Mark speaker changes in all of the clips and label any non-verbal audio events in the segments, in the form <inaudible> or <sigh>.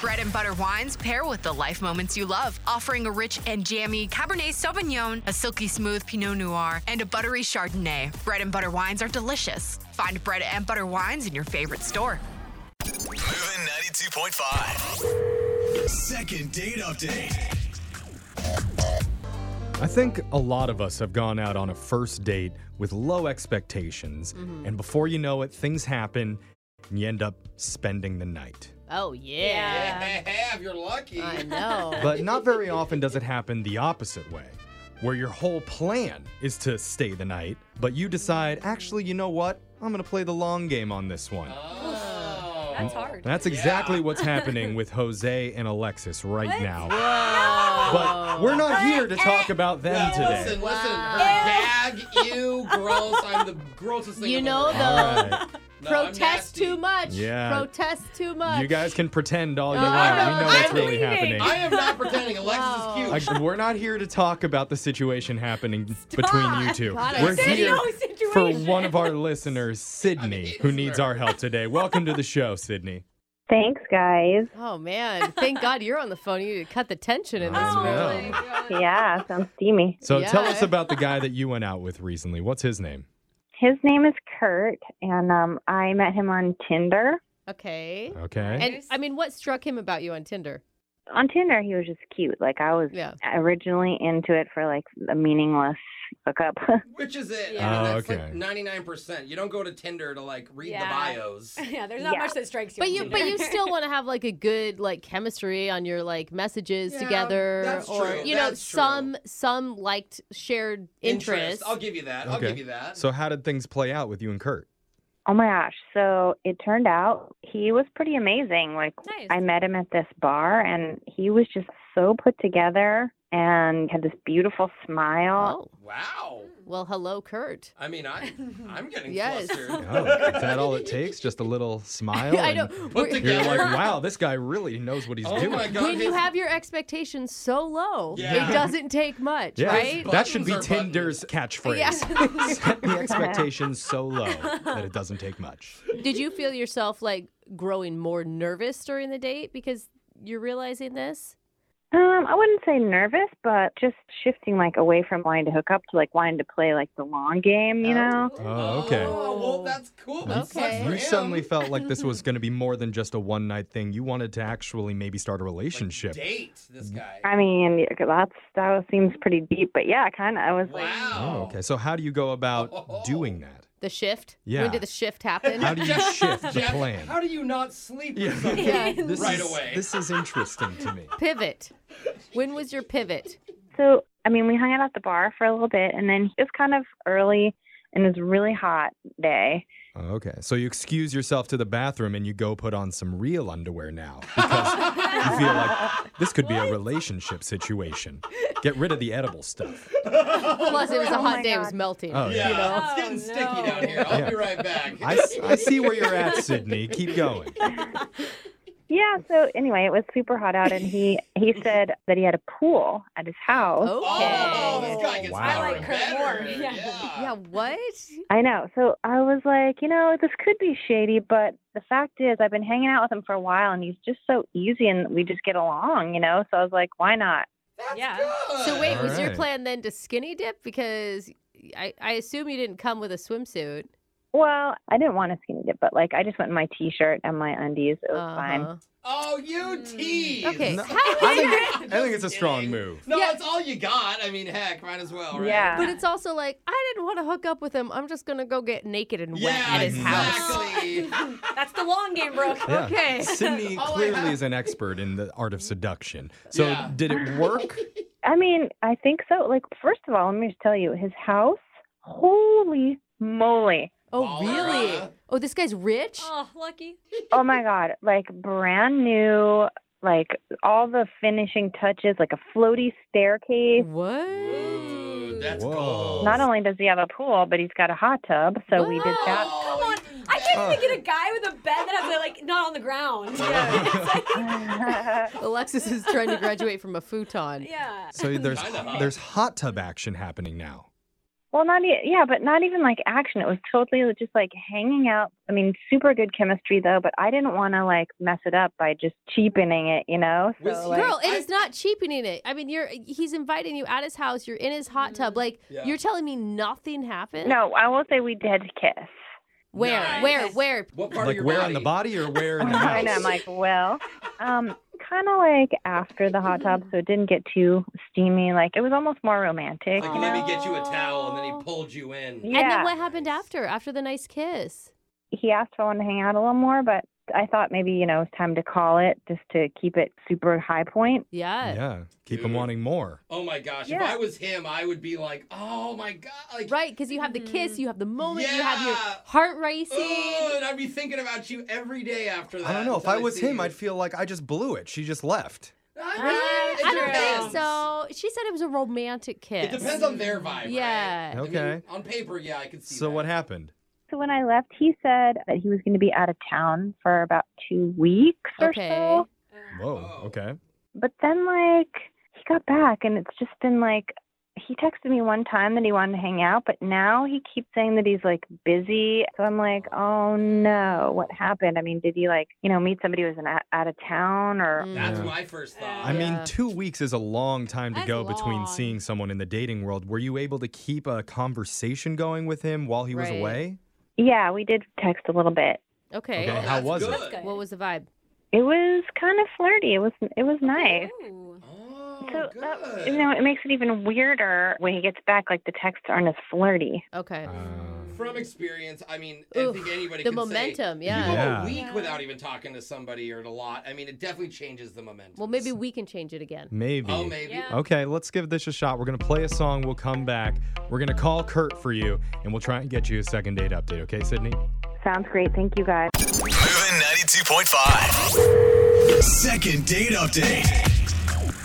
Speaker 1: Bread and butter wines pair with the life moments you love, offering a rich and jammy Cabernet Sauvignon, a silky smooth Pinot Noir, and a buttery Chardonnay. Bread and butter wines are delicious. Find bread and butter wines in your favorite store.
Speaker 2: Moving 92.5. Second date update.
Speaker 3: I think a lot of us have gone out on a first date with low expectations, and before you know it, things happen and you end up spending the night.
Speaker 4: Oh yeah.
Speaker 5: Have you're lucky.
Speaker 4: I <laughs> know.
Speaker 3: But not very often does it happen the opposite way, where your whole plan is to stay the night, but you decide, actually, you know what? I'm going to play the long game on this one.
Speaker 5: Oh,
Speaker 6: That's hard.
Speaker 3: That's exactly what's happening with Jose and Alexis right now.
Speaker 4: Whoa.
Speaker 3: But we're not here to talk about them
Speaker 5: No,
Speaker 3: today.
Speaker 5: listen, listen. Her gag, you gross. I'm the grossest thing.
Speaker 4: You
Speaker 5: in the
Speaker 4: know
Speaker 5: world.
Speaker 4: the-
Speaker 3: All right.
Speaker 5: No, I'm
Speaker 4: Protest
Speaker 5: nasty.
Speaker 4: too much.
Speaker 3: Yeah.
Speaker 4: Protest too much.
Speaker 3: You guys can pretend all you
Speaker 4: No,
Speaker 3: want.
Speaker 4: I'm
Speaker 3: We know
Speaker 4: not-
Speaker 3: what's
Speaker 4: I'm
Speaker 3: really
Speaker 6: leaving.
Speaker 3: happening.
Speaker 5: I am not pretending. Alexis
Speaker 4: Wow.
Speaker 5: is cute.
Speaker 3: Like, we're not here to talk about the situation happening between you two.
Speaker 4: God, I
Speaker 3: we're
Speaker 4: said
Speaker 3: here
Speaker 6: no
Speaker 3: for
Speaker 6: situation.
Speaker 3: one of our listeners, Sydney, who needs our help today. Welcome to the show, Sydney.
Speaker 4: <laughs>
Speaker 7: Thanks, guys.
Speaker 4: Oh man. Thank God you're on the phone. You need to cut the tension in this
Speaker 3: I know.
Speaker 4: room. Oh,
Speaker 7: Yeah, sounds steamy.
Speaker 3: So tell
Speaker 4: Yeah.
Speaker 3: us about the guy that you went out with recently. What's his name?
Speaker 7: His name is Kurt, and um, I met him on Tinder.
Speaker 4: Okay.
Speaker 3: Okay.
Speaker 4: And I mean, what struck him about you on Tinder?
Speaker 7: On Tinder, he was just cute. Like I was
Speaker 4: Yeah.
Speaker 7: originally into it for like a meaningless hookup. <laughs>
Speaker 5: Which is it?
Speaker 6: Yeah.
Speaker 5: I mean,
Speaker 3: Oh,
Speaker 5: that's
Speaker 3: okay.
Speaker 5: like ninety nine percent. You don't go to Tinder to like read
Speaker 6: Yeah.
Speaker 5: the
Speaker 4: <laughs>
Speaker 5: bios.
Speaker 6: <laughs> yeah, there's not
Speaker 7: Yeah.
Speaker 6: much that strikes you.
Speaker 4: But
Speaker 6: on
Speaker 4: you,
Speaker 6: Tinder.
Speaker 4: but you still want to have like a good like chemistry on your like messages
Speaker 5: Yeah,
Speaker 4: together,
Speaker 5: that's
Speaker 4: or
Speaker 5: true,
Speaker 4: you know,
Speaker 5: that's true.
Speaker 4: some some liked shared interests.
Speaker 5: I'll give you that. I'll
Speaker 3: Okay.
Speaker 5: give you that.
Speaker 3: so how did things play out with you and Kurt?
Speaker 7: oh my gosh! So it turned out he was pretty amazing. Like
Speaker 6: Nice.
Speaker 7: I met him at this bar, and he was just so put together and had this beautiful smile.
Speaker 4: oh,
Speaker 5: wow.
Speaker 4: well, hello, Kurt.
Speaker 5: I mean, I I'm
Speaker 4: <laughs>
Speaker 5: getting
Speaker 4: Yes.
Speaker 5: flustered.
Speaker 3: <laughs> Oh, is that all it takes? Just a
Speaker 4: <laughs>
Speaker 3: little smile?
Speaker 4: I
Speaker 3: and
Speaker 4: know.
Speaker 5: Put
Speaker 4: we're-
Speaker 3: You're
Speaker 4: <laughs>
Speaker 3: like,
Speaker 5: together.
Speaker 3: wow, this guy really knows what he's
Speaker 5: Oh
Speaker 3: doing.
Speaker 5: my god.
Speaker 4: When you
Speaker 5: his-
Speaker 4: have your expectations so low,
Speaker 3: <laughs>
Speaker 5: Yeah.
Speaker 4: it doesn't take much,
Speaker 3: Yeah,
Speaker 4: right?
Speaker 3: that should be
Speaker 5: Buttons are buttons.
Speaker 3: Tinder's catchphrase.
Speaker 4: Yeah.
Speaker 3: Set the expectations so low that it doesn't take much.
Speaker 4: Did you feel yourself like growing more nervous during the date because you're realizing this? Oh.
Speaker 7: Um, I wouldn't say nervous, but just shifting like away from wanting to hook up to like wanting to play like the long game, you
Speaker 4: Oh.
Speaker 7: know?
Speaker 3: Oh, okay.
Speaker 5: Oh, well, that's cool. That sucks
Speaker 4: Okay.
Speaker 5: for
Speaker 3: You
Speaker 5: him.
Speaker 3: suddenly felt like this was going to be more than just a one night thing. You wanted to actually maybe start a
Speaker 5: Like,
Speaker 3: relationship.
Speaker 5: date this guy.
Speaker 7: I mean, yeah, that's that seems pretty deep, but yeah, kind of. I was like,
Speaker 5: wow.
Speaker 3: oh, okay. So, how do you go about doing that?
Speaker 4: The shift?
Speaker 3: Yeah.
Speaker 4: When did the shift happen?
Speaker 3: How do you shift the
Speaker 5: Jeff,
Speaker 3: plan?
Speaker 5: How do you not sleep
Speaker 3: <laughs>
Speaker 5: with someone?
Speaker 4: Yeah.
Speaker 5: <laughs>
Speaker 3: This
Speaker 5: Right
Speaker 3: is,
Speaker 5: away.
Speaker 3: This is interesting to me.
Speaker 4: pivot? When was your pivot?
Speaker 7: so I mean, we hung out at the bar for a little bit, and then it was kind of early, and it was a really hot day.
Speaker 3: Okay. So, you excuse yourself to the bathroom and you go put on some real underwear now because you feel like this could be a relationship situation. Get rid of the edible stuff.
Speaker 4: Plus, it was a
Speaker 7: Oh
Speaker 4: hot
Speaker 7: my
Speaker 4: day. It was
Speaker 7: God.
Speaker 4: melting.
Speaker 3: Oh,
Speaker 5: Yeah, it's
Speaker 6: Oh,
Speaker 5: getting sticky
Speaker 6: no.
Speaker 5: down here. I'll
Speaker 3: Yeah.
Speaker 5: be right back.
Speaker 3: I, s- I see where you're at, Sydney. Keep
Speaker 5: <laughs>
Speaker 3: going.
Speaker 7: Yeah. So anyway, it was super hot out, and
Speaker 5: <laughs>
Speaker 7: he he said that he had a pool at his house.
Speaker 5: oh,
Speaker 4: Okay.
Speaker 5: this guy gets
Speaker 3: Wow.
Speaker 5: better
Speaker 3: I
Speaker 5: and
Speaker 3: like
Speaker 6: Kurt
Speaker 5: better.
Speaker 6: more. Yeah.
Speaker 4: Yeah, what?
Speaker 7: I know. So I was like, you know, this could be shady, but the fact is, I've been hanging out with him for a while, and he's just so easy, and we just get along, you know. So I was like, why not?
Speaker 5: That's
Speaker 6: Yeah.
Speaker 5: good.
Speaker 4: So, wait, was your
Speaker 3: Alright.
Speaker 4: plan then to skinny dip? Because I, I assume you didn't come with a swimsuit.
Speaker 7: Well, I didn't want to skinny dip, but like, I just went in my t-shirt and my undies. It was fine.
Speaker 4: Uh-huh.
Speaker 5: Oh, you tease.
Speaker 4: Okay.
Speaker 3: No,
Speaker 4: how
Speaker 3: I
Speaker 4: is it-
Speaker 3: think, I think it's a strong move.
Speaker 5: No,
Speaker 4: Yeah.
Speaker 5: that's all you got. I mean, heck, might as well, right?
Speaker 7: Yeah.
Speaker 4: But it's also like, I didn't want to hook up with him. I'm just going to go get naked and wet
Speaker 5: Yeah,
Speaker 4: at his house. <laughs>
Speaker 5: exactly.
Speaker 6: <laughs> That's the long game, Brooke.
Speaker 3: Yeah.
Speaker 4: Okay.
Speaker 3: Sydney
Speaker 5: <laughs> All I
Speaker 3: clearly
Speaker 5: have-
Speaker 3: is an expert in the art of seduction. So
Speaker 5: Yeah.
Speaker 3: did it work?
Speaker 7: I mean, I think so. Like, first of all, let me just tell you, his house, holy moly!
Speaker 4: Oh,
Speaker 5: Baller,
Speaker 4: really?
Speaker 5: huh?
Speaker 4: Oh, this guy's rich?
Speaker 6: <laughs> Oh, lucky.
Speaker 7: Oh my god, like brand new, like all the finishing touches, like a floaty staircase.
Speaker 5: <laughs>
Speaker 4: What?
Speaker 5: Ooh, that's
Speaker 3: Whoa.
Speaker 5: gold.
Speaker 7: Not only does he have a pool, but he's got a hot tub. So we did that.
Speaker 5: Oh,
Speaker 6: Come on.
Speaker 5: even
Speaker 6: I
Speaker 5: better.
Speaker 6: can't even get a guy with a bed that has like not on
Speaker 3: <laughs>
Speaker 6: the ground. Yeah.
Speaker 4: Alexis is trying to graduate from a futon.
Speaker 6: <laughs> yeah.
Speaker 3: So there's
Speaker 5: Kinda hot.
Speaker 3: there's hot tub action happening now.
Speaker 7: <laughs> Well, not e- yeah, but not even like action. It was totally just like hanging out. I mean, super good chemistry though, but I didn't want to like mess it up by just cheapening it, you know. So
Speaker 5: Was he-
Speaker 7: like,
Speaker 4: Girl, it is
Speaker 5: I-
Speaker 4: not cheapening it. I mean, you're he's inviting you at his house. You're in his hot tub. Like
Speaker 5: Yeah.
Speaker 4: you're telling me nothing happened.
Speaker 7: Mm-hmm. no, I will say we did kiss.
Speaker 4: Where?
Speaker 5: Nice.
Speaker 4: Where? Where?
Speaker 5: What part of
Speaker 3: Like
Speaker 5: your
Speaker 3: where
Speaker 5: body?
Speaker 3: on the body or where
Speaker 5: <laughs>
Speaker 7: <laughs>
Speaker 3: in the house?
Speaker 7: and I'm like, well, um, kind of like after the hot tub, so it didn't get too steamy. Like it was almost more romantic.
Speaker 5: Like
Speaker 7: you
Speaker 5: let
Speaker 7: know?
Speaker 5: me get you a towel, and then he pulled you in.
Speaker 7: Yeah.
Speaker 4: Oh. And then what happened after? After the nice kiss?
Speaker 7: He asked if I wanted to hang out a little more, but I thought maybe you know it was time to call it just to keep it super high point.
Speaker 4: Yeah.
Speaker 3: yeah, keep him
Speaker 5: Dude.
Speaker 3: wanting more.
Speaker 5: Oh my gosh! If
Speaker 7: Yeah.
Speaker 5: I was him, I would be like, oh my god, like
Speaker 4: Right, because you have the
Speaker 7: Mm-hmm.
Speaker 4: kiss, you have the moment, you have your
Speaker 5: Yeah.
Speaker 4: heart racing.
Speaker 5: "Ugh," oh, and I'd be thinking about you every day after that.
Speaker 3: I don't know. If I
Speaker 5: until
Speaker 3: was
Speaker 5: see
Speaker 3: him,
Speaker 5: you.
Speaker 3: I'd feel like I just blew it. She just left.
Speaker 5: I
Speaker 6: I
Speaker 5: mean,
Speaker 4: I
Speaker 5: it
Speaker 4: don't
Speaker 5: depends.
Speaker 4: think so. She said it was a romantic kiss.
Speaker 5: It depends on their vibe.
Speaker 4: Yeah.
Speaker 5: Right? I mean,
Speaker 3: Okay.
Speaker 5: on paper, yeah, I can see.
Speaker 3: So
Speaker 5: that.
Speaker 3: what happened?
Speaker 7: So when I left, he said that he was going to be out of town for about two weeks or
Speaker 4: Okay.
Speaker 7: so.
Speaker 3: Whoa.
Speaker 5: Oh.
Speaker 3: Okay.
Speaker 7: But then like he got back, and it's just been like he texted me one time that he wanted to hang out, but now he keeps saying that he's like busy. So I'm like, oh no, what happened? I mean, did he like you know meet somebody who was an, out of town or?
Speaker 4: Mm.
Speaker 5: That's
Speaker 3: Yeah.
Speaker 5: my first thought.
Speaker 3: I mean,
Speaker 4: Yeah.
Speaker 3: two weeks is a long time to
Speaker 6: That's
Speaker 3: go between
Speaker 6: long.
Speaker 3: seeing someone in the dating world. Were you able to keep a conversation going with him while he was
Speaker 4: Right.
Speaker 3: away?
Speaker 7: Yeah, we did text a little bit.
Speaker 4: Okay.
Speaker 3: Okay.
Speaker 5: Oh,
Speaker 3: How
Speaker 5: that's
Speaker 3: was it?
Speaker 5: good.
Speaker 6: That's good.
Speaker 4: What was the vibe?
Speaker 7: It was kind of flirty. It was it was nice.
Speaker 6: Ooh.
Speaker 5: Oh,
Speaker 7: So
Speaker 5: good.
Speaker 7: that, you know, it makes it even weirder when he gets back. Like the texts aren't as flirty.
Speaker 4: Okay.
Speaker 5: From experience, I mean, I
Speaker 4: Oof,
Speaker 5: think anybody
Speaker 4: the
Speaker 5: can say.
Speaker 4: momentum,
Speaker 5: you
Speaker 4: yeah.
Speaker 5: go
Speaker 3: Yeah.
Speaker 5: a week without even talking to somebody or a lot. I mean, it definitely changes the momentum.
Speaker 4: Well, maybe we can change it again.
Speaker 3: Maybe.
Speaker 5: Oh, maybe.
Speaker 6: Yeah.
Speaker 3: Okay, let's give this a shot. We're going to play a song. We'll come back. We're going to call Kurt for you, and we'll try and get you a second date update. Okay, Sydney?
Speaker 7: Sounds great. Thank you guys.
Speaker 2: Moving 92.5. Second date update.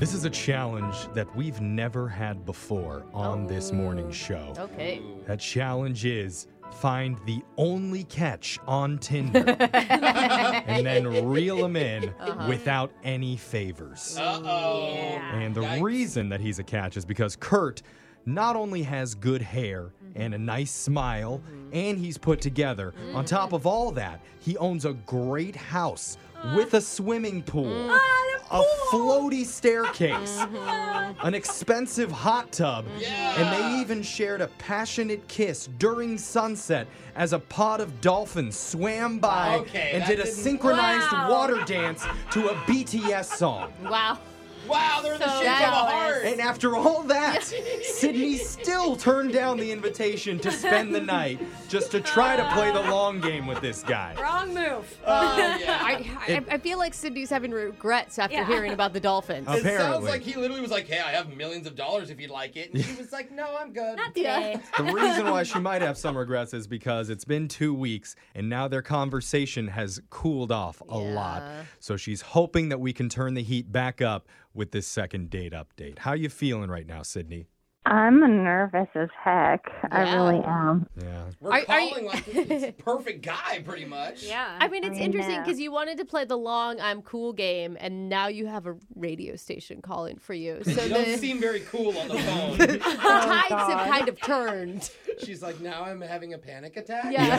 Speaker 3: This is a challenge that we've never had before on this morning show.
Speaker 4: Okay.
Speaker 3: That challenge is find the only catch on Tinder and then reel them in without any favors.
Speaker 5: Uh oh.
Speaker 3: And the
Speaker 5: Yikes.
Speaker 3: reason that he's a catch is because Kurt not only has good hair
Speaker 5: Mm-hmm.
Speaker 3: and a nice smile, and he's put together.
Speaker 5: Mm-hmm.
Speaker 3: On top of all that, he owns a great house
Speaker 5: Uh.
Speaker 3: with a swimming pool,
Speaker 5: Mm.
Speaker 3: a floaty staircase,
Speaker 5: Mm-hmm.
Speaker 3: an expensive hot tub, and they even shared a passionate kiss during sunset as a pod of dolphins swam by
Speaker 5: Okay,
Speaker 3: and
Speaker 5: that
Speaker 3: did a
Speaker 5: didn't-
Speaker 3: synchronized
Speaker 6: Wow.
Speaker 3: water dance to a BTS song.
Speaker 4: Wow.
Speaker 5: Wow, they're in the
Speaker 4: So
Speaker 5: shape of a
Speaker 4: jealous.
Speaker 5: heart.
Speaker 3: And after all that, Sydney still turned down the invitation to spend the night just to try to play the long game with this guy.
Speaker 6: Wrong move. <laughs>
Speaker 5: Oh, yeah.
Speaker 4: I, I, I feel like Sydney's having regrets after
Speaker 6: Yeah.
Speaker 4: hearing about the dolphins.
Speaker 3: Uh,
Speaker 5: it sounds
Speaker 3: apparently.
Speaker 5: like he literally was like, "Hey, I have millions of dollars if you'd like
Speaker 3: <laughs>
Speaker 5: it," and she was like, "No, I'm good."
Speaker 6: Not today.
Speaker 3: The reason why she might have some regrets is because it's been two weeks and now their conversation has cooled off a lot.
Speaker 4: Yeah.
Speaker 3: So she's hoping that we can turn the heat back up with this second date update. How you feeling right now, Sydney?
Speaker 7: I'm nervous as heck. I really am.
Speaker 3: Yeah.
Speaker 5: We're
Speaker 4: Are- are you-
Speaker 5: calling
Speaker 4: <laughs>
Speaker 5: like it's a perfect guy, pretty much.
Speaker 6: Yeah.
Speaker 4: I mean, it's interesting
Speaker 7: yeah.
Speaker 4: because you wanted to play the long "I'm cool" game, and now you have a radio station calling for you. So
Speaker 5: You don't
Speaker 4: the,
Speaker 5: seem very cool on the
Speaker 4: <laughs>
Speaker 5: phone.
Speaker 4: the tides have kind of <laughs> turned.
Speaker 5: She's like, "Now I'm having a panic attack."
Speaker 4: Yeah, <laughs>
Speaker 5: <laughs>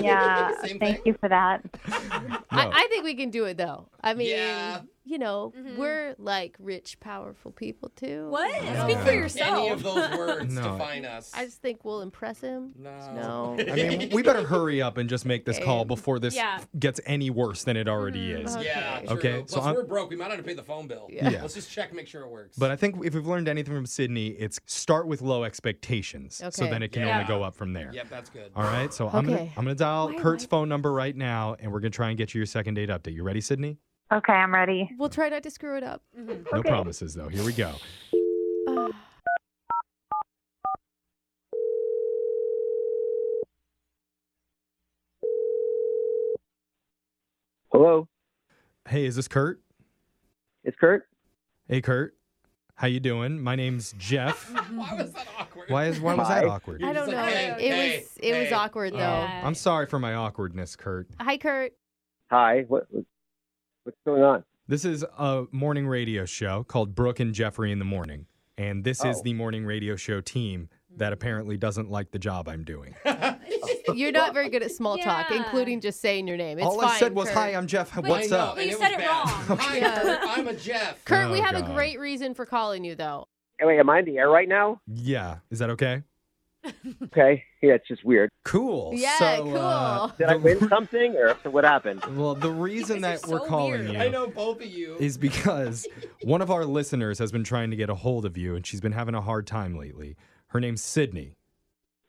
Speaker 7: Yeah.
Speaker 5: Same
Speaker 7: Thank
Speaker 5: thing.
Speaker 7: you for that.
Speaker 3: No.
Speaker 4: I, I think we can do it though. I mean,
Speaker 5: Yeah.
Speaker 4: you know, we're like rich, powerful people too.
Speaker 6: What?
Speaker 4: I
Speaker 6: Speak
Speaker 4: don't
Speaker 6: for
Speaker 4: know. <laughs>
Speaker 5: Any of
Speaker 6: yourself.
Speaker 5: those words
Speaker 3: No.
Speaker 5: define us.
Speaker 4: I just think we'll impress him.
Speaker 5: No.
Speaker 4: <laughs> No.
Speaker 3: I mean, we better hurry up and just make this call
Speaker 4: Okay. Mm-hmm. Oh,
Speaker 3: before this
Speaker 6: Yeah.
Speaker 3: f- gets any worse than it already is.
Speaker 5: Yeah. True.
Speaker 3: Okay,
Speaker 5: Plus,
Speaker 3: so I'm-
Speaker 5: we're broke. We might have to pay the phone bill.
Speaker 4: Yeah.
Speaker 3: Yeah.
Speaker 5: Let's just check, make sure it works.
Speaker 3: But I think if we've learned anything from Sydney, it's start with low expectations, so
Speaker 4: Okay.
Speaker 3: then it can
Speaker 5: Yeah.
Speaker 3: only go up from there.
Speaker 5: yep, that's good.
Speaker 3: All right, so I'm gonna
Speaker 4: Okay.
Speaker 3: I'm gonna dial
Speaker 4: Why am
Speaker 3: Kurt's
Speaker 4: I-
Speaker 3: phone number right now, and we're gonna try and get you your second date update. You ready, Sydney?
Speaker 7: Okay, I'm ready.
Speaker 4: We'll try not to screw it up.
Speaker 3: No
Speaker 7: Okay.
Speaker 3: promises though. Here we go.
Speaker 4: Uh,
Speaker 8: Hello,
Speaker 3: Hey, is this Kurt?
Speaker 8: it's Kurt.
Speaker 3: Hey, Kurt, how you doing? My name's Jeff.
Speaker 5: <laughs> <laughs> Why was that awkward?
Speaker 3: Why is why was that
Speaker 8: Hi.
Speaker 3: awkward? Oh,
Speaker 4: I
Speaker 5: You're just
Speaker 4: don't know.
Speaker 5: like, hey,
Speaker 4: it
Speaker 5: hey,
Speaker 4: was it was
Speaker 5: hey.
Speaker 4: awkward though.
Speaker 6: Yeah.
Speaker 3: I'm sorry for my awkwardness, Kurt.
Speaker 4: Hi, <laughs> Kurt.
Speaker 8: Hi, what what's going on?
Speaker 3: This is a morning radio show called Brooke and Jeffrey in the Morning, and this is
Speaker 8: Oh.
Speaker 3: the morning radio show team that apparently doesn't like the job I'm doing.
Speaker 4: You're not very good at small talk,
Speaker 6: Yeah.
Speaker 4: including just saying your name. It's
Speaker 3: All
Speaker 4: fine,
Speaker 3: I said was,
Speaker 4: Kurt.
Speaker 3: "Hi, I'm Jeff. What's
Speaker 5: I know,
Speaker 3: up?"
Speaker 5: and was
Speaker 6: You said it
Speaker 5: bad. <laughs>
Speaker 6: wrong.
Speaker 5: Hi,
Speaker 4: Yeah.
Speaker 5: Kurt, I'm a Jeff.
Speaker 4: Kurt, we
Speaker 3: Oh,
Speaker 4: have a
Speaker 3: God.
Speaker 4: great reason for calling you, though.
Speaker 8: Hey, wait, am I in the air
Speaker 4: <laughs>
Speaker 8: right now?
Speaker 3: Yeah, is that okay?
Speaker 8: Okay. Yeah, it's just weird.
Speaker 3: Cool.
Speaker 4: Yeah,
Speaker 3: so,
Speaker 4: cool.
Speaker 3: uh,
Speaker 8: Did
Speaker 4: <laughs>
Speaker 8: I win something or so what happened?
Speaker 3: <laughs> well, the reason
Speaker 6: guys
Speaker 3: that
Speaker 6: are
Speaker 3: we're
Speaker 6: so
Speaker 3: calling
Speaker 6: weird.
Speaker 3: you
Speaker 5: I know both of you.
Speaker 3: is because one of our listeners has been trying to get a hold of you, and she's been having a hard time lately. Her name's Sydney.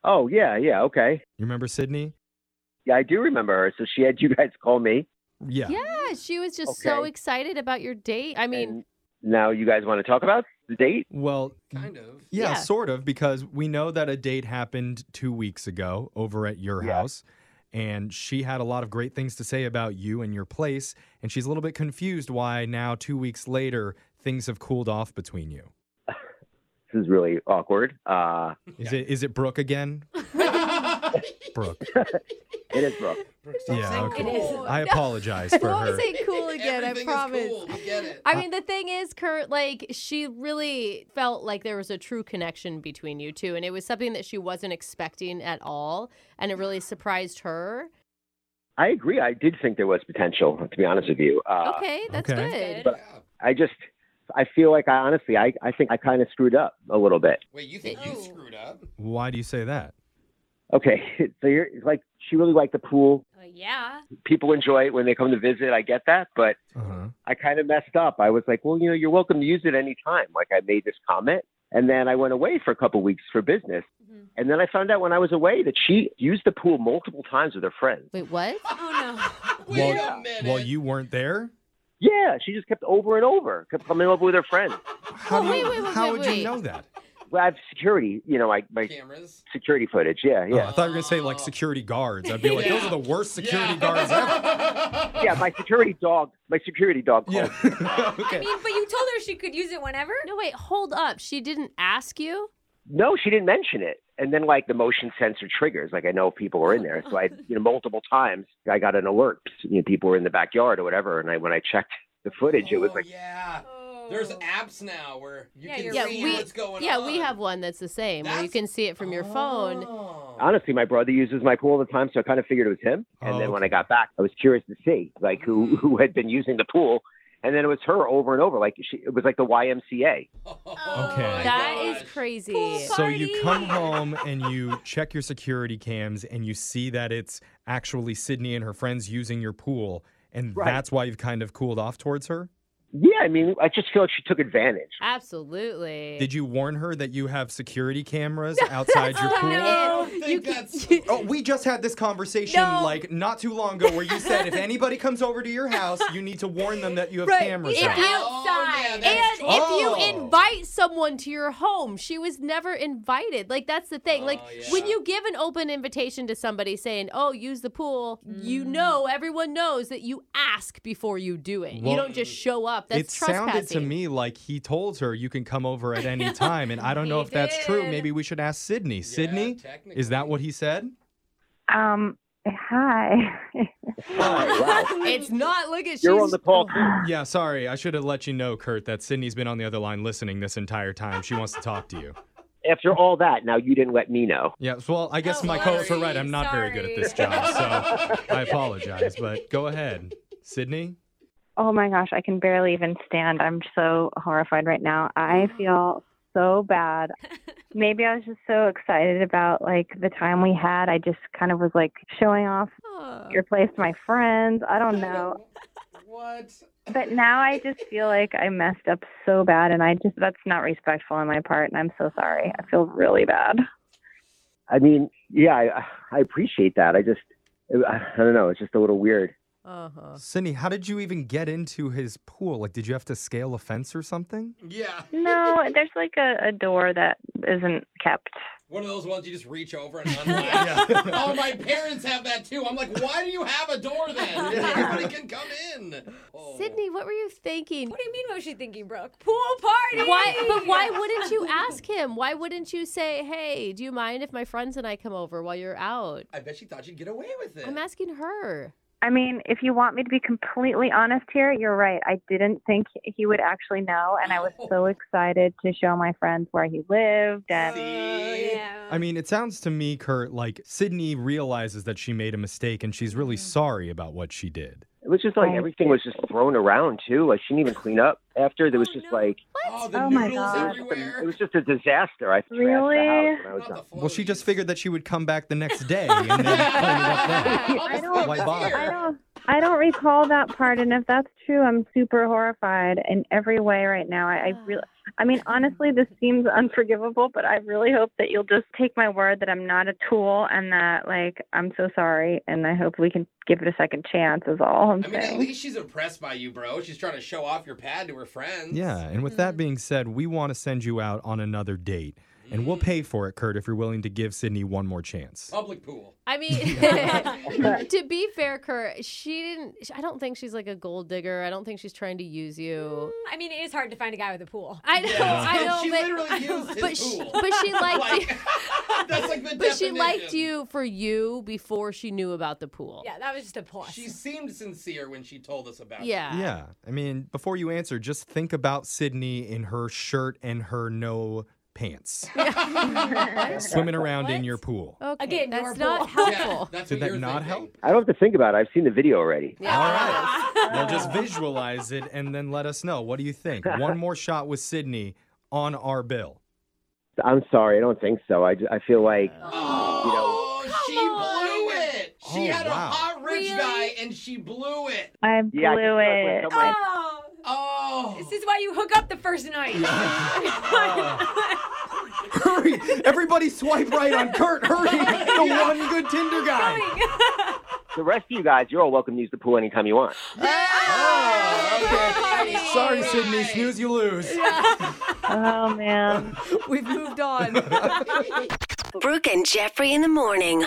Speaker 8: Oh, yeah, yeah, okay.
Speaker 3: You remember Sydney?
Speaker 8: Yeah, I do remember her. So she had you guys call me.
Speaker 3: Yeah.
Speaker 4: Yeah, she was just so
Speaker 8: Okay.
Speaker 4: excited about your date. I mean, <laughs>
Speaker 8: and now you guys want to talk about the date?
Speaker 3: Well,
Speaker 4: <laughs>
Speaker 5: kind of.
Speaker 3: yeah,
Speaker 4: Yeah.
Speaker 3: sort of, because we know that a date happened two weeks ago over at your
Speaker 8: Yeah.
Speaker 3: house, and she had a lot of great things to say about you and your place, and she's a little bit confused why now, two weeks later, things have cooled off between you.
Speaker 8: This is really awkward. Uh,
Speaker 3: Is it is it Brooke again? Brooke.
Speaker 8: it
Speaker 4: <laughs>
Speaker 8: is Brooke.
Speaker 5: Brooke, stop
Speaker 3: Yeah,
Speaker 5: saying
Speaker 3: okay.
Speaker 5: cool.
Speaker 6: It is.
Speaker 3: I apologize for
Speaker 4: don't
Speaker 3: her. Uh,
Speaker 4: say cool <laughs> again, I
Speaker 5: Everything
Speaker 4: promise.
Speaker 5: Is cool. We get it.
Speaker 4: I mean, the thing is, Kurt, like, she really felt like there was a true connection between you two. And it was something that she wasn't expecting at all. And it really surprised her.
Speaker 8: I agree. I did think there was potential, to be honest with you. Uh,
Speaker 4: okay, that's
Speaker 3: okay.
Speaker 4: good.
Speaker 6: Good.
Speaker 8: I just, I feel like I honestly, I, I think I kind of screwed up a little bit.
Speaker 5: Wait, you think you
Speaker 6: Oh.
Speaker 5: screwed up?
Speaker 3: Why do you say that?
Speaker 8: Okay, <laughs> so you're like, she really liked the pool.
Speaker 6: Uh, yeah.
Speaker 8: People enjoy it when they come to visit. I get that, but
Speaker 3: Uh-huh.
Speaker 8: I kind of messed up. I was like, well, you know, you're welcome to use it any time. Like I made this comment, and then I went away for a couple weeks for business,
Speaker 6: Mhm.
Speaker 8: and then I found out when I was away that she used the pool multiple times with her friends.
Speaker 4: Wait, what?
Speaker 6: Oh
Speaker 5: Wait
Speaker 3: Well-
Speaker 5: a minute.
Speaker 3: Well, you weren't there.
Speaker 8: Yeah, she just kept over and over, kept coming over with her friends.
Speaker 3: How,
Speaker 4: Well,
Speaker 3: do you,
Speaker 4: wait, wait, wait,
Speaker 3: how
Speaker 4: wait,
Speaker 3: would you
Speaker 4: wait.
Speaker 3: know that?
Speaker 8: Well, I have security, you know, I
Speaker 4: <laughs>
Speaker 8: my
Speaker 5: cameras.
Speaker 8: security footage. Yeah,
Speaker 3: Oh,
Speaker 8: yeah.
Speaker 3: I thought you were gonna say like security guards. I'd be like, those are the worst security
Speaker 5: Yeah.
Speaker 3: guards
Speaker 5: <laughs>
Speaker 3: ever.
Speaker 8: yeah, my security dog, my security dog called.
Speaker 3: Yeah.
Speaker 6: no. I
Speaker 3: <laughs> okay.
Speaker 6: mean, but you told her she could use it whenever.
Speaker 4: No, wait, hold up. She didn't ask you?
Speaker 8: No, she didn't mention it. And then like the motion sensor triggers, like I know people were in there.
Speaker 3: <laughs>
Speaker 8: So I, you know, multiple times I got an alert. You know, people were in the backyard or whatever. And I, when I checked the footage, it was
Speaker 5: Oh,
Speaker 8: like,
Speaker 5: yeah. There's apps now where you
Speaker 6: Yeah,
Speaker 5: can
Speaker 6: you're
Speaker 5: see
Speaker 4: Yeah,
Speaker 6: right.
Speaker 4: we,
Speaker 5: what's going
Speaker 4: yeah
Speaker 5: on.
Speaker 4: we have one that's the same where you
Speaker 5: That's-
Speaker 4: can see it from your phone.
Speaker 5: Oh.
Speaker 8: honestly, my brother uses my pool all the time, so I kind of figured it was him. And
Speaker 3: Oh,
Speaker 8: then when
Speaker 3: okay. Mm-hmm.
Speaker 8: I got back, I was curious to see like who who had been using the pool. And then it was her over and over. Like she, it was like the YMCA.
Speaker 5: <laughs> Oh
Speaker 3: Okay.
Speaker 5: my
Speaker 4: That is
Speaker 5: gosh.
Speaker 4: crazy.
Speaker 6: Cool.
Speaker 3: So you
Speaker 6: Party.
Speaker 3: come home and you check your security cams and you see that it's actually Sydney and her friends using your pool, and
Speaker 8: Right.
Speaker 3: that's why you've kind of cooled off towards her.
Speaker 8: Yeah, I mean, I just feel like she took advantage.
Speaker 4: Absolutely.
Speaker 3: Did you warn her that you have security cameras outside
Speaker 4: <laughs>
Speaker 3: your
Speaker 4: Stop
Speaker 3: pool?
Speaker 4: it.
Speaker 5: I think
Speaker 4: You can-
Speaker 5: that's <laughs>
Speaker 3: Oh, we just had this conversation
Speaker 4: No.
Speaker 3: like not too long ago where you said if anybody comes over to your house, you need to warn them that you Oh. have
Speaker 4: Right.
Speaker 3: cameras.
Speaker 4: If
Speaker 3: out.
Speaker 4: you-
Speaker 5: Oh, yeah,
Speaker 6: outside.
Speaker 4: And
Speaker 5: that's
Speaker 4: if
Speaker 5: true.
Speaker 4: you invite someone to your home, she was never invited. Like that's the thing. Like
Speaker 5: Oh, yeah.
Speaker 4: when you give an open invitation to somebody saying, "Oh, use the pool,"
Speaker 3: Mm.
Speaker 4: you know everyone knows that you ask before you do it.
Speaker 3: Well,
Speaker 4: you don't just show up. That's
Speaker 3: it sounded to
Speaker 4: trespassing.
Speaker 3: me like he told her you can come over at
Speaker 4: <laughs>
Speaker 3: any time, and I don't know
Speaker 6: He
Speaker 3: if that's true.
Speaker 6: did.
Speaker 3: Maybe we should ask Sydney. Sydney,
Speaker 5: technically.
Speaker 3: is that what he said?
Speaker 7: Um, hi. <laughs>
Speaker 8: wow.
Speaker 4: It's Oh. not. Look at
Speaker 8: You're
Speaker 4: she's-
Speaker 8: on the call. too.
Speaker 3: Yeah, sorry, I should have let you know, Kurt, that Sydney's been on the other line listening this entire time. She wants to talk to you.
Speaker 8: After all that, now you didn't let me know.
Speaker 3: Yeah, so, well, I guess
Speaker 6: Oh,
Speaker 3: my co-hosts were right. I'm
Speaker 6: sorry,
Speaker 3: not very good at this
Speaker 6: sorry.
Speaker 3: job, so I apologize. But go ahead, Sydney.
Speaker 7: Oh my gosh, I can barely even stand. I'm so horrified right now. I
Speaker 5: Mm.
Speaker 7: feel so
Speaker 5: <laughs>
Speaker 7: bad. Maybe I was just so excited about like the time we had. I just kind of was like showing off
Speaker 4: Oh.
Speaker 7: your place to my friends. I don't
Speaker 5: <laughs>
Speaker 7: know.
Speaker 5: What?
Speaker 7: But now I just feel like I messed up so bad and I just that's not respectful on my part and I'm so sorry. I feel really bad.
Speaker 5: <laughs>
Speaker 8: I mean, yeah, I, I appreciate that. I just, I don't know. It's just a little weird.
Speaker 4: Uh-huh.
Speaker 3: Uh, Sydney, how did you even get into his pool? Like, did you have to scale a fence or something?
Speaker 5: Yeah.
Speaker 7: No, there's like a, a door that isn't kept.
Speaker 5: One of those ones you just reach over and unlock.
Speaker 3: Yeah.
Speaker 5: Oh, my parents have that too. I'm like, why do you have a door then? Everybody can come in. Oh.
Speaker 4: Sydney, what were you thinking?
Speaker 6: What do you mean? What was she thinking, Brooke? Pool party.
Speaker 4: Why? But why wouldn't
Speaker 6: <laughs>
Speaker 4: you ask him? Why wouldn't you say, "Hey, do you mind if my friends and I come over while you're out?"
Speaker 5: I bet she thought she'd get away with it.
Speaker 4: I'm asking her.
Speaker 7: I mean, if you want me to be completely honest here, you're right. I didn't think he would actually know, and I was so excited to show my friends where he lived. And
Speaker 5: Uh,
Speaker 3: I mean, it sounds to me, Kurt, like Sydney realizes that she made a mistake and she's really sorry about what she did.
Speaker 8: It was just like everything was just thrown around too. Like she didn't even clean up after. There was just like
Speaker 5: Oh, the
Speaker 7: Oh my
Speaker 5: noodles
Speaker 7: God.
Speaker 5: everywhere.
Speaker 8: it was just a disaster. I trashed
Speaker 7: Really?
Speaker 8: the house when I was
Speaker 5: Not
Speaker 8: done.
Speaker 5: the
Speaker 3: Well, she just
Speaker 5: floaties.
Speaker 3: figured that she would come back the next day and then clean it up then.
Speaker 5: All
Speaker 7: I
Speaker 5: the
Speaker 7: don't-
Speaker 5: floaties
Speaker 3: Why bother?
Speaker 7: I
Speaker 5: here.
Speaker 7: don't, I don't recall that part, and if that's true, I'm super horrified in every way right now. I, I really, I mean, honestly, this seems unforgivable, but I really hope that you'll just take my word that I'm not a tool and that, like, I'm so sorry, and I hope we can give it a second chance. Is all I'm
Speaker 5: I mean, at
Speaker 7: saying.
Speaker 5: least she's impressed by you, bro. She's trying to show off your pad to her friends.
Speaker 3: Yeah, and with that being said, we want to send you out on another date. And we'll pay for it, Kurt, if you're willing to give Sydney one more chance.
Speaker 5: Public pool.
Speaker 4: I mean, <laughs> to be fair, Kurt, she didn't. I don't think she's like a gold digger. I don't think she's trying to use you.
Speaker 6: I mean, it is hard to find a guy with a pool.
Speaker 4: <laughs> I know, I know,
Speaker 5: she
Speaker 4: but,
Speaker 5: literally used his
Speaker 4: but she,
Speaker 5: pool.
Speaker 4: but she liked you.
Speaker 5: like, <laughs> that's like the
Speaker 4: But she liked
Speaker 5: definition.
Speaker 4: you for you before she knew about the pool.
Speaker 6: Yeah, that was just a plus.
Speaker 5: She seemed sincere when she told us about it.
Speaker 4: Yeah.
Speaker 3: Yeah. I mean, before you answer, just think about Sydney in her shirt and her no pants. Swimming around in your pool.
Speaker 4: Okay,
Speaker 6: Again, your
Speaker 4: that's not
Speaker 5: <laughs>
Speaker 6: pool.
Speaker 5: Yeah,
Speaker 4: helpful.
Speaker 5: that's
Speaker 3: Did
Speaker 5: what
Speaker 3: that
Speaker 5: you're
Speaker 3: not
Speaker 5: thinking.
Speaker 3: help?
Speaker 8: I don't have to think about it. I've seen the video already.
Speaker 3: All
Speaker 6: <laughs>
Speaker 3: right. Well, just visualize it and then let us know. What do you think? One more shot with Sydney on our bill.
Speaker 8: I'm sorry. I don't think so. I, ju- I feel like
Speaker 5: Oh, she blew it. She
Speaker 3: Oh,
Speaker 5: had a
Speaker 3: wow.
Speaker 5: hot rich guy and she blew it.
Speaker 7: I
Speaker 8: yeah.
Speaker 7: blew it.
Speaker 8: I just feel like when someone-
Speaker 6: Oh,
Speaker 5: Oh.
Speaker 6: this is why you hook up the first night.
Speaker 3: Hurry! Everybody swipe right on Kurt. Hurry! The one good Tinder guy.
Speaker 8: the rest of you guys, you're all welcome to use the pool anytime you want.
Speaker 3: Oh, okay. Sorry, Sydney. Snooze, you lose.
Speaker 7: Oh man.
Speaker 4: We've moved on.
Speaker 9: Brooke and Jeffrey in the morning.